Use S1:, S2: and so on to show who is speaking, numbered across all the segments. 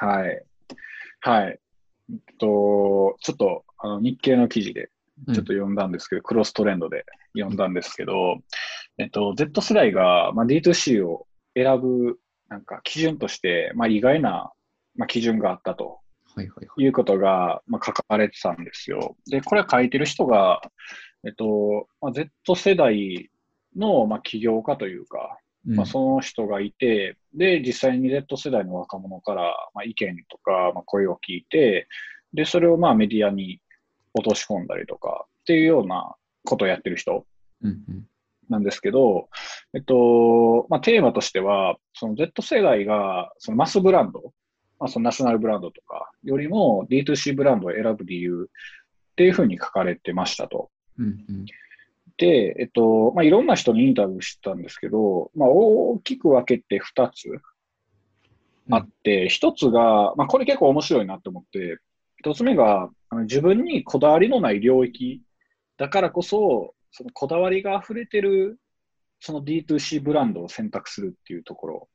S1: はい。はい。えっと、ちょっとあの日経の記事でちょっと読んだんですけど、うん、クロストレンドで読んだんですけど、えっと、Z 世代が、まあ、D2C を選ぶなんか基準として、まあ、意外な、まあ、基準があったと。はいはいはい、いうことが、まあ、書かれてたんですよ。で、これ書いてる人が、えっと、まあ、Z 世代の、まあ、起業家というか、うん、まあ、その人がいて、で、実際に Z 世代の若者から、まあ、意見とか、まあ、声を聞いて、で、それをまあメディアに落とし込んだりとかっていうようなことをやってる人なんですけど、うんうん、えっと、まあ、テーマとしては、その Z 世代がそのマスブランド、まあ、そのナショナルブランドとかよりも D2C ブランドを選ぶ理由っていうふうに書かれてましたと。うんうん、で、えっとまあ、いろんな人にインタビューしてたんですけど、まあ、大きく分けて2つあって、うん、1つが、まあ、これ結構面白いなと思って、1つ目があの自分にこだわりのない領域だからこそ、そのこだわりが溢れてるその D2C ブランドを選択するっていうところ。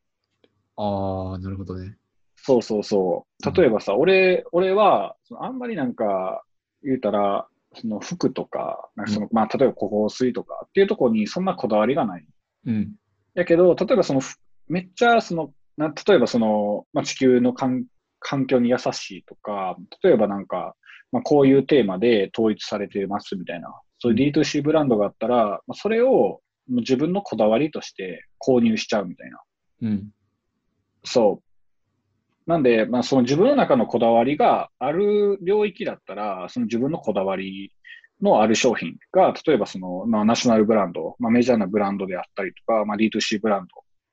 S2: ああ、なるほどね。
S1: そうそうそう。例えばさ、うん、俺、俺は、あんまりなんか、言うたら、その服とか、なんかその、うん、まあ、例えば香水とかっていうところにそんなこだわりがない。うん。やけど、例えばその、めっちゃ、その、な例えばその、まあ、地球の環境に優しいとか、例えばなんか、まあ、こういうテーマで統一されてますみたいな、そういう D2C ブランドがあったら、まあ、それを自分のこだわりとして購入しちゃうみたいな。うん。そう。なんで、まあ、その自分の中のこだわりがある領域だったら、その自分のこだわりのある商品が、例えばその、まあ、ナショナルブランド、まあ、メジャーなブランドであったりとか、まあ、D2C ブランド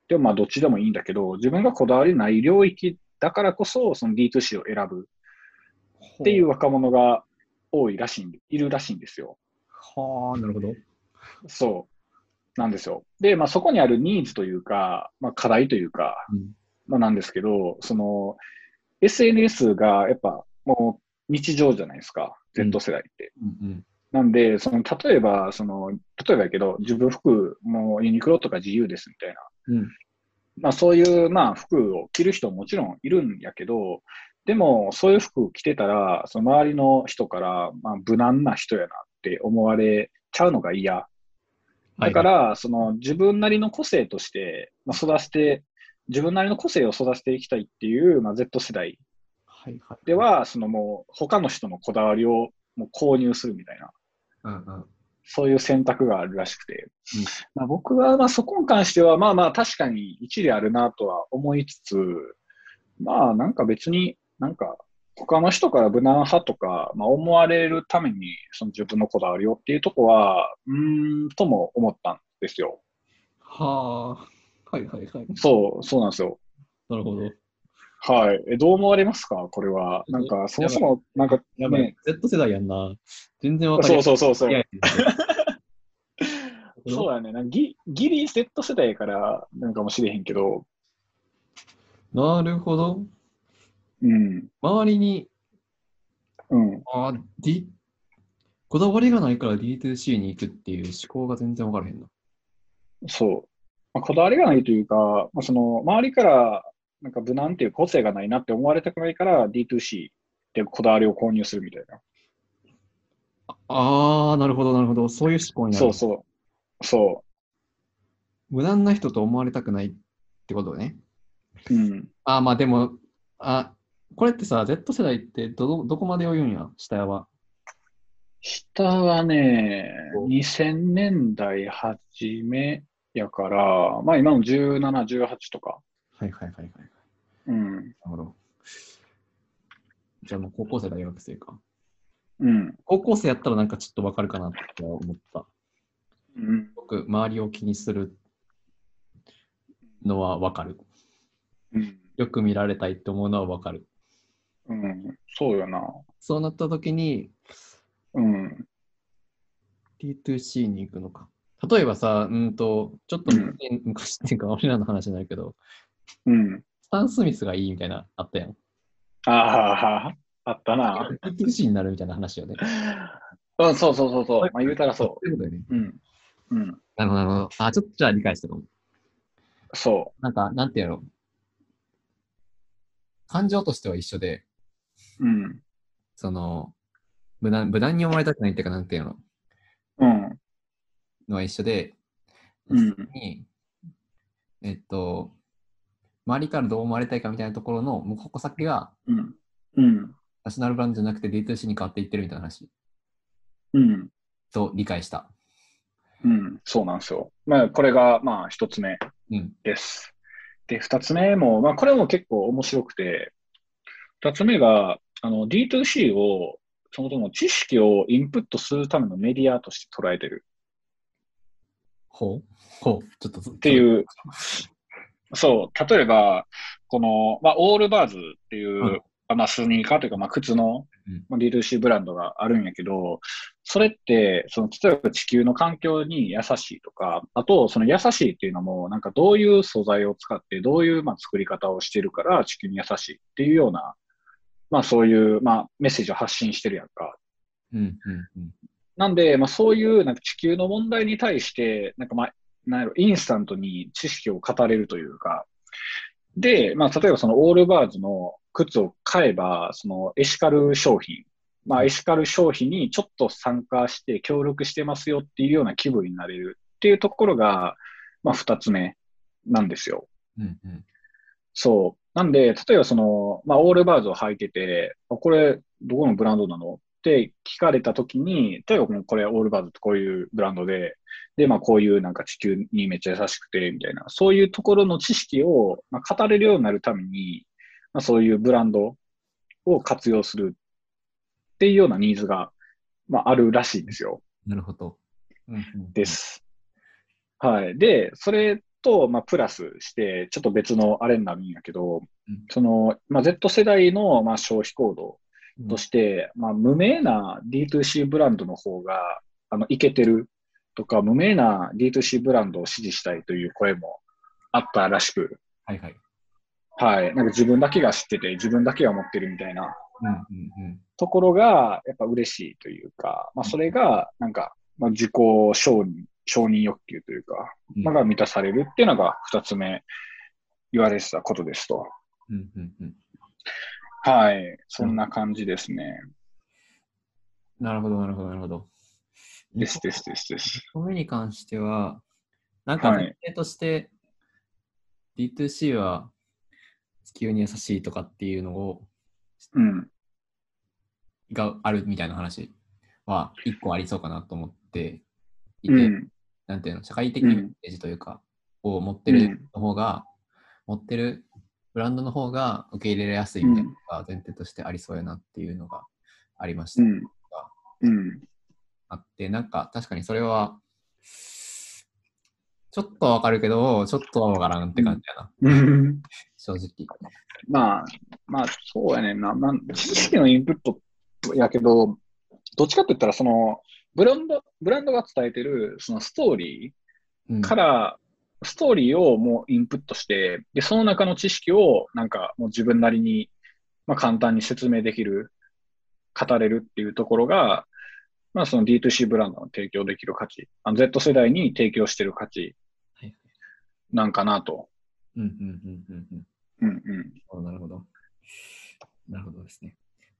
S1: でもまあどっちでもいいんだけど、自分がこだわりない領域だからこそ、その D2C を選ぶっていう若者が多いらしい、いるらしいんですよ。
S2: はあ、なるほど。
S1: そう。なんですよ。で、まあ、そこにあるニーズというか、まあ、課題というか、うんまあ、なんですけど、その SNS がやっぱもう日常じゃないですか、Z 世代って。うんうん、なんで、その例えばその、例えばやけど、自分服、もユニクロとか自由ですみたいな、うん、まあ、そういう、まあ、服を着る人ももちろんいるんやけど、でも、そういう服着てたら、その周りの人から、まあ、無難な人やなって思われちゃうのが嫌。だから、はい、その自分なりの個性として、まあ、育て自分なりの個性を育てていきたいっていう、まあ、Z 世代では、はいはいはい、そのもう他の人のこだわりをもう購入するみたいな、うんうん、そういう選択があるらしくて、うん、まあ、僕はまあそこに関してはまあまあ確かに一理あるなとは思いつつまあなんか別になんか他の人から無難派とか、まあ、思われるためにその自分のこだわりをっていうとこはうんとも思ったんですよ。
S2: はあ。はいはいはい。
S1: そう、そうなんですよ。
S2: なるほど。
S1: はい。え、どう思われますかこれは。なんか、そもそも、なんか、
S2: やばい、ね、Z 世代やんな。全然わか
S1: る。そうそうそうそう。そうだね。なんかギギリ Z 世代からなんかもしれへんけど。
S2: なるほど。
S1: うん。
S2: 周りに、
S1: うん。
S2: あ、D、こだわりがないから D2C に行くっていう思考が全然わからへんな。
S1: そう。まあ、こだわりがないというか、まあ、その周りからなんか無難っていう個性がないなって思われたくないから D2C でこだわりを購入するみたいな。
S2: ああ、なるほど、なるほど。そういう思考にな。
S1: る。そうそう。そう
S2: 無難な人と思われたくないってことね。
S1: うん。
S2: ああ、まあでも、あこれってさ、Z 世代ってどどこまでを言うんや、下は。
S1: 下はね、2000年代初め、やから、まあ今の17、18とか。
S2: はいはいはいはい。
S1: うん。なる
S2: ほど。じゃあもう高校生大学生か。
S1: うん。
S2: 高校生やったらなんかちょっとわかるかなって思った。
S1: うん。
S2: 僕、周りを気にするのはわかる。
S1: うん。
S2: よく見られたいって思うのはわかる。
S1: うん、そうよな。
S2: そうなった時に、
S1: うん。
S2: T2C に行くのか。例えばさ、うんと、ちょっと昔っていうか、俺らの話になるけど、
S1: うん。
S2: スタン・スミスがいいみたいな、あったやん。
S1: ああ、あったな。
S2: PC になるみたいな話よね。。
S1: うん、そうそうそうそう。まあ、言うたらそう
S2: そうだよね。
S1: うん。うん。
S2: なるほど、なるほど。あ、ちょっとじゃあ理解してる。
S1: そう
S2: なんか、なんてやろう。感情としては一緒で、
S1: うん。
S2: その、無難無難に思われたくないっていうか、なんていうの
S1: うん。
S2: のは一緒で、
S1: うん。
S2: に、えっと、周りからどう思われたいかみたいなところの向こう先が
S1: うん。うん。
S2: ナショナルブランドじゃなくて D2C に変わっていってるみたいな話
S1: うん。
S2: と理解した。
S1: うん。そうなんですよ。まあ、これが、まあ、一つ目
S2: うん。
S1: です。で、二つ目も、まあ、これも結構面白くて、二つ目が、あの、D2C を、そもそも知識をインプットするためのメディアとして捉えてる
S2: ほうほう。ちょっとっ
S1: っていう。、 そう、例えば、この、まあ、オールバーズっていう、
S2: うん
S1: まあ、スニーカーというか、まあ、靴の
S2: うん、
S1: まあ、D2C ブランドがあるんやけど、それって、その、例えば地球の環境に優しいとか、あと、その優しいっていうのも、なんかどういう素材を使って、どういう、まあ、作り方をしてるから地球に優しいっていうような、まあ、そういう、まあ、メッセージを発信してるやんか。
S2: うんうんうん。
S1: なんで、まあ、そういうなんか地球の問題に対して、なんかまあ、なんやろ、インスタントに知識を語れるというか、で、まあ、例えばそのオールバーズの靴を買えば、そのエシカル商品、まあ、エシカル商品にちょっと参加して協力してますよっていうような気分になれるっていうところが、まあ、二つ目なんですよ。
S2: うんうん。
S1: そう。なんで、例えばその、まあ、オールバーズを履いてて、あこれ、どこのブランドなのって聞かれたときに、例えばこのこれ、オールバーズってこういうブランドで、で、まあ、こういうなんか地球にめっちゃ優しくて、みたいな、そういうところの知識を、まあ、語れるようになるために、まあ、そういうブランドを活用するっていうようなニーズが、まあ、あるらしいんですよ。
S2: なるほど。うんうん
S1: で。す。はい。で、それと、まあ、プラスして、ちょっと別のあれになるんやけど、
S2: うん
S1: その、まあ、Z 世代の、まあ、消費行動
S2: うん
S1: として、まあ、無名な D2C ブランドの方が、あの、いけてるとか、無名な D2C ブランドを支持したいという声もあったらしく、
S2: はいはい。
S1: はい。なんか自分だけが知ってて、自分だけが持ってるみたいな
S2: うんうんうん。
S1: ところが、やっぱ嬉しいというか、まあ、それが、なんか、まあ、自己承認、承認欲求というか、
S2: うん
S1: まあが満たされるっていうのが二つ目言われてたことですと。
S2: うんうんうん。
S1: はい。そんな感じですね。
S2: なるほど、なるほど、なるほど。
S1: ですですですです。
S2: 1個目に関しては、なんか
S1: はい
S2: 前提として D2C は地球に優しいとかっていうのを
S1: うん。
S2: があるみたいな話は一個ありそうかなと思っていうて、
S1: ん。
S2: なんていうの、社会的なイメージというか、を持ってる方が、持ってるブランドの方が受け入れやすいみたいなのが前提としてありそうやなっていうのがありました。
S1: うん。うん。
S2: あって、なんか確かにそれは、ちょっとはわかるけど、ちょっとはわからんって感じやな、
S1: うん。
S2: 正直。
S1: まあ、まあ、そうやねんな。まあ、知識のインプットやけど、どっちかって言ったら、その、ブランド、ブランドが伝えてる、そのストーリー、
S2: うん、
S1: から、ストーリーをもうインプットして、で、その中の知識をなんかもう自分なりに、まあ、簡単に説明できる、語れるっていうところが、まあその D2C ブランドの提供できる価値、あの Z 世代に提供してる価値
S2: はい
S1: なんかなと。
S2: うんうんうんうんうん
S1: うんうん。
S2: お。なるほど。なるほどですね。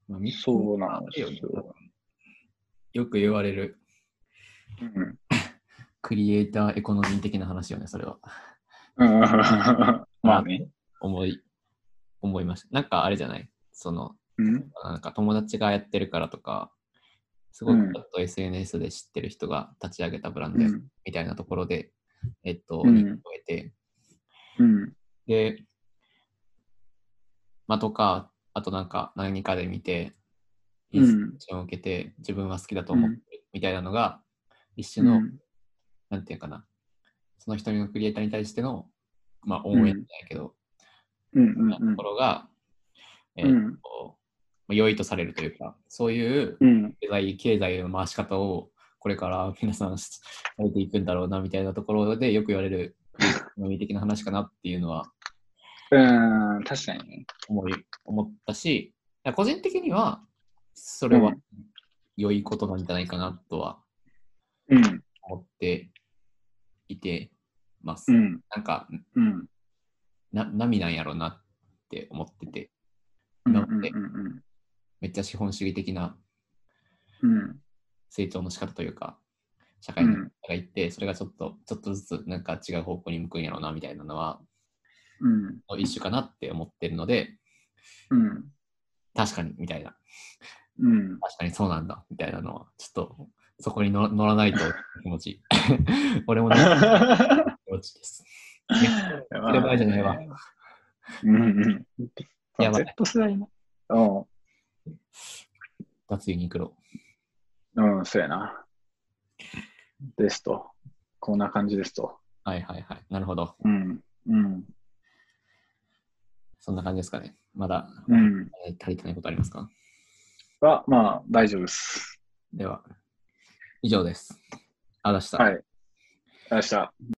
S2: まあ、み
S1: そうなんですよ。
S2: よく言われる
S1: うん
S2: クリエイターエコノミー的な話よね、それは。
S1: うん、まあね。
S2: 思い、思いました。なんかあれじゃないその、
S1: うん。
S2: なんか友達がやってるからとか、すご
S1: うん
S2: くちょっと SNS で知ってる人が立ち上げたブランド
S1: う
S2: や
S1: ん。
S2: みたいなところで、えっと、
S1: うん
S2: 認知を得て、
S1: うん。
S2: で、まあ、とか、あとなんか何かで見て、イ
S1: うん
S2: ンスピレーションを受けて、自分は好きだと思ってるみたいなのが、一種
S1: う
S2: の、
S1: ん
S2: なんていうかな、その一人のクリエイターに対しての、まあ、応援じゃないけど、
S1: うん
S2: なところが、え
S1: う
S2: っ
S1: ん。
S2: と、まあ良いとされるというか、そういう
S1: うん。
S2: 経済経済の回し方をこれから皆さんしされていくんだろうなみたいなところでよく言われるエコノミー的な話かなっていうのは
S1: うん。確かにね。
S2: 思い思ったし、いや個人的にはそれ
S1: う
S2: は
S1: ん
S2: 良いことなんじゃないかなとは
S1: うん。
S2: 思っていてます。
S1: うん。
S2: なんか
S1: うん。
S2: な、波なんやろうなって思ってて、
S1: うんう
S2: 今
S1: ん
S2: までめっちゃ資本主義的な
S1: うんうん
S2: 成長の仕方というか、社
S1: う
S2: 会の
S1: ん
S2: がいって、それがちょっと、ちょっとずつなんか違う方向に向くんやろうなみたいなのは、
S1: うん
S2: 一種かなって思ってるので、
S1: うん
S2: 確かにみたいな、
S1: うん
S2: 確かにそうなんだみたいなのは、ちょっとそこに乗乗らないと気持ちい い。俺も乗らないと気持ちいいです。そればいじゃないわ。
S1: うんうん。
S2: やばい
S1: Z 世代な。う
S2: 脱ユニクロ。
S1: ん、うん、そうやな。ですと。こんな感じですと。
S2: はいはいはい。なるほど。
S1: うん、うん、
S2: そんな感じですかね。まだ、
S1: うん。
S2: えー足りてないことありますか
S1: は、まあ、大丈夫です。
S2: では、以上です。あ、出した。
S1: はい。明日。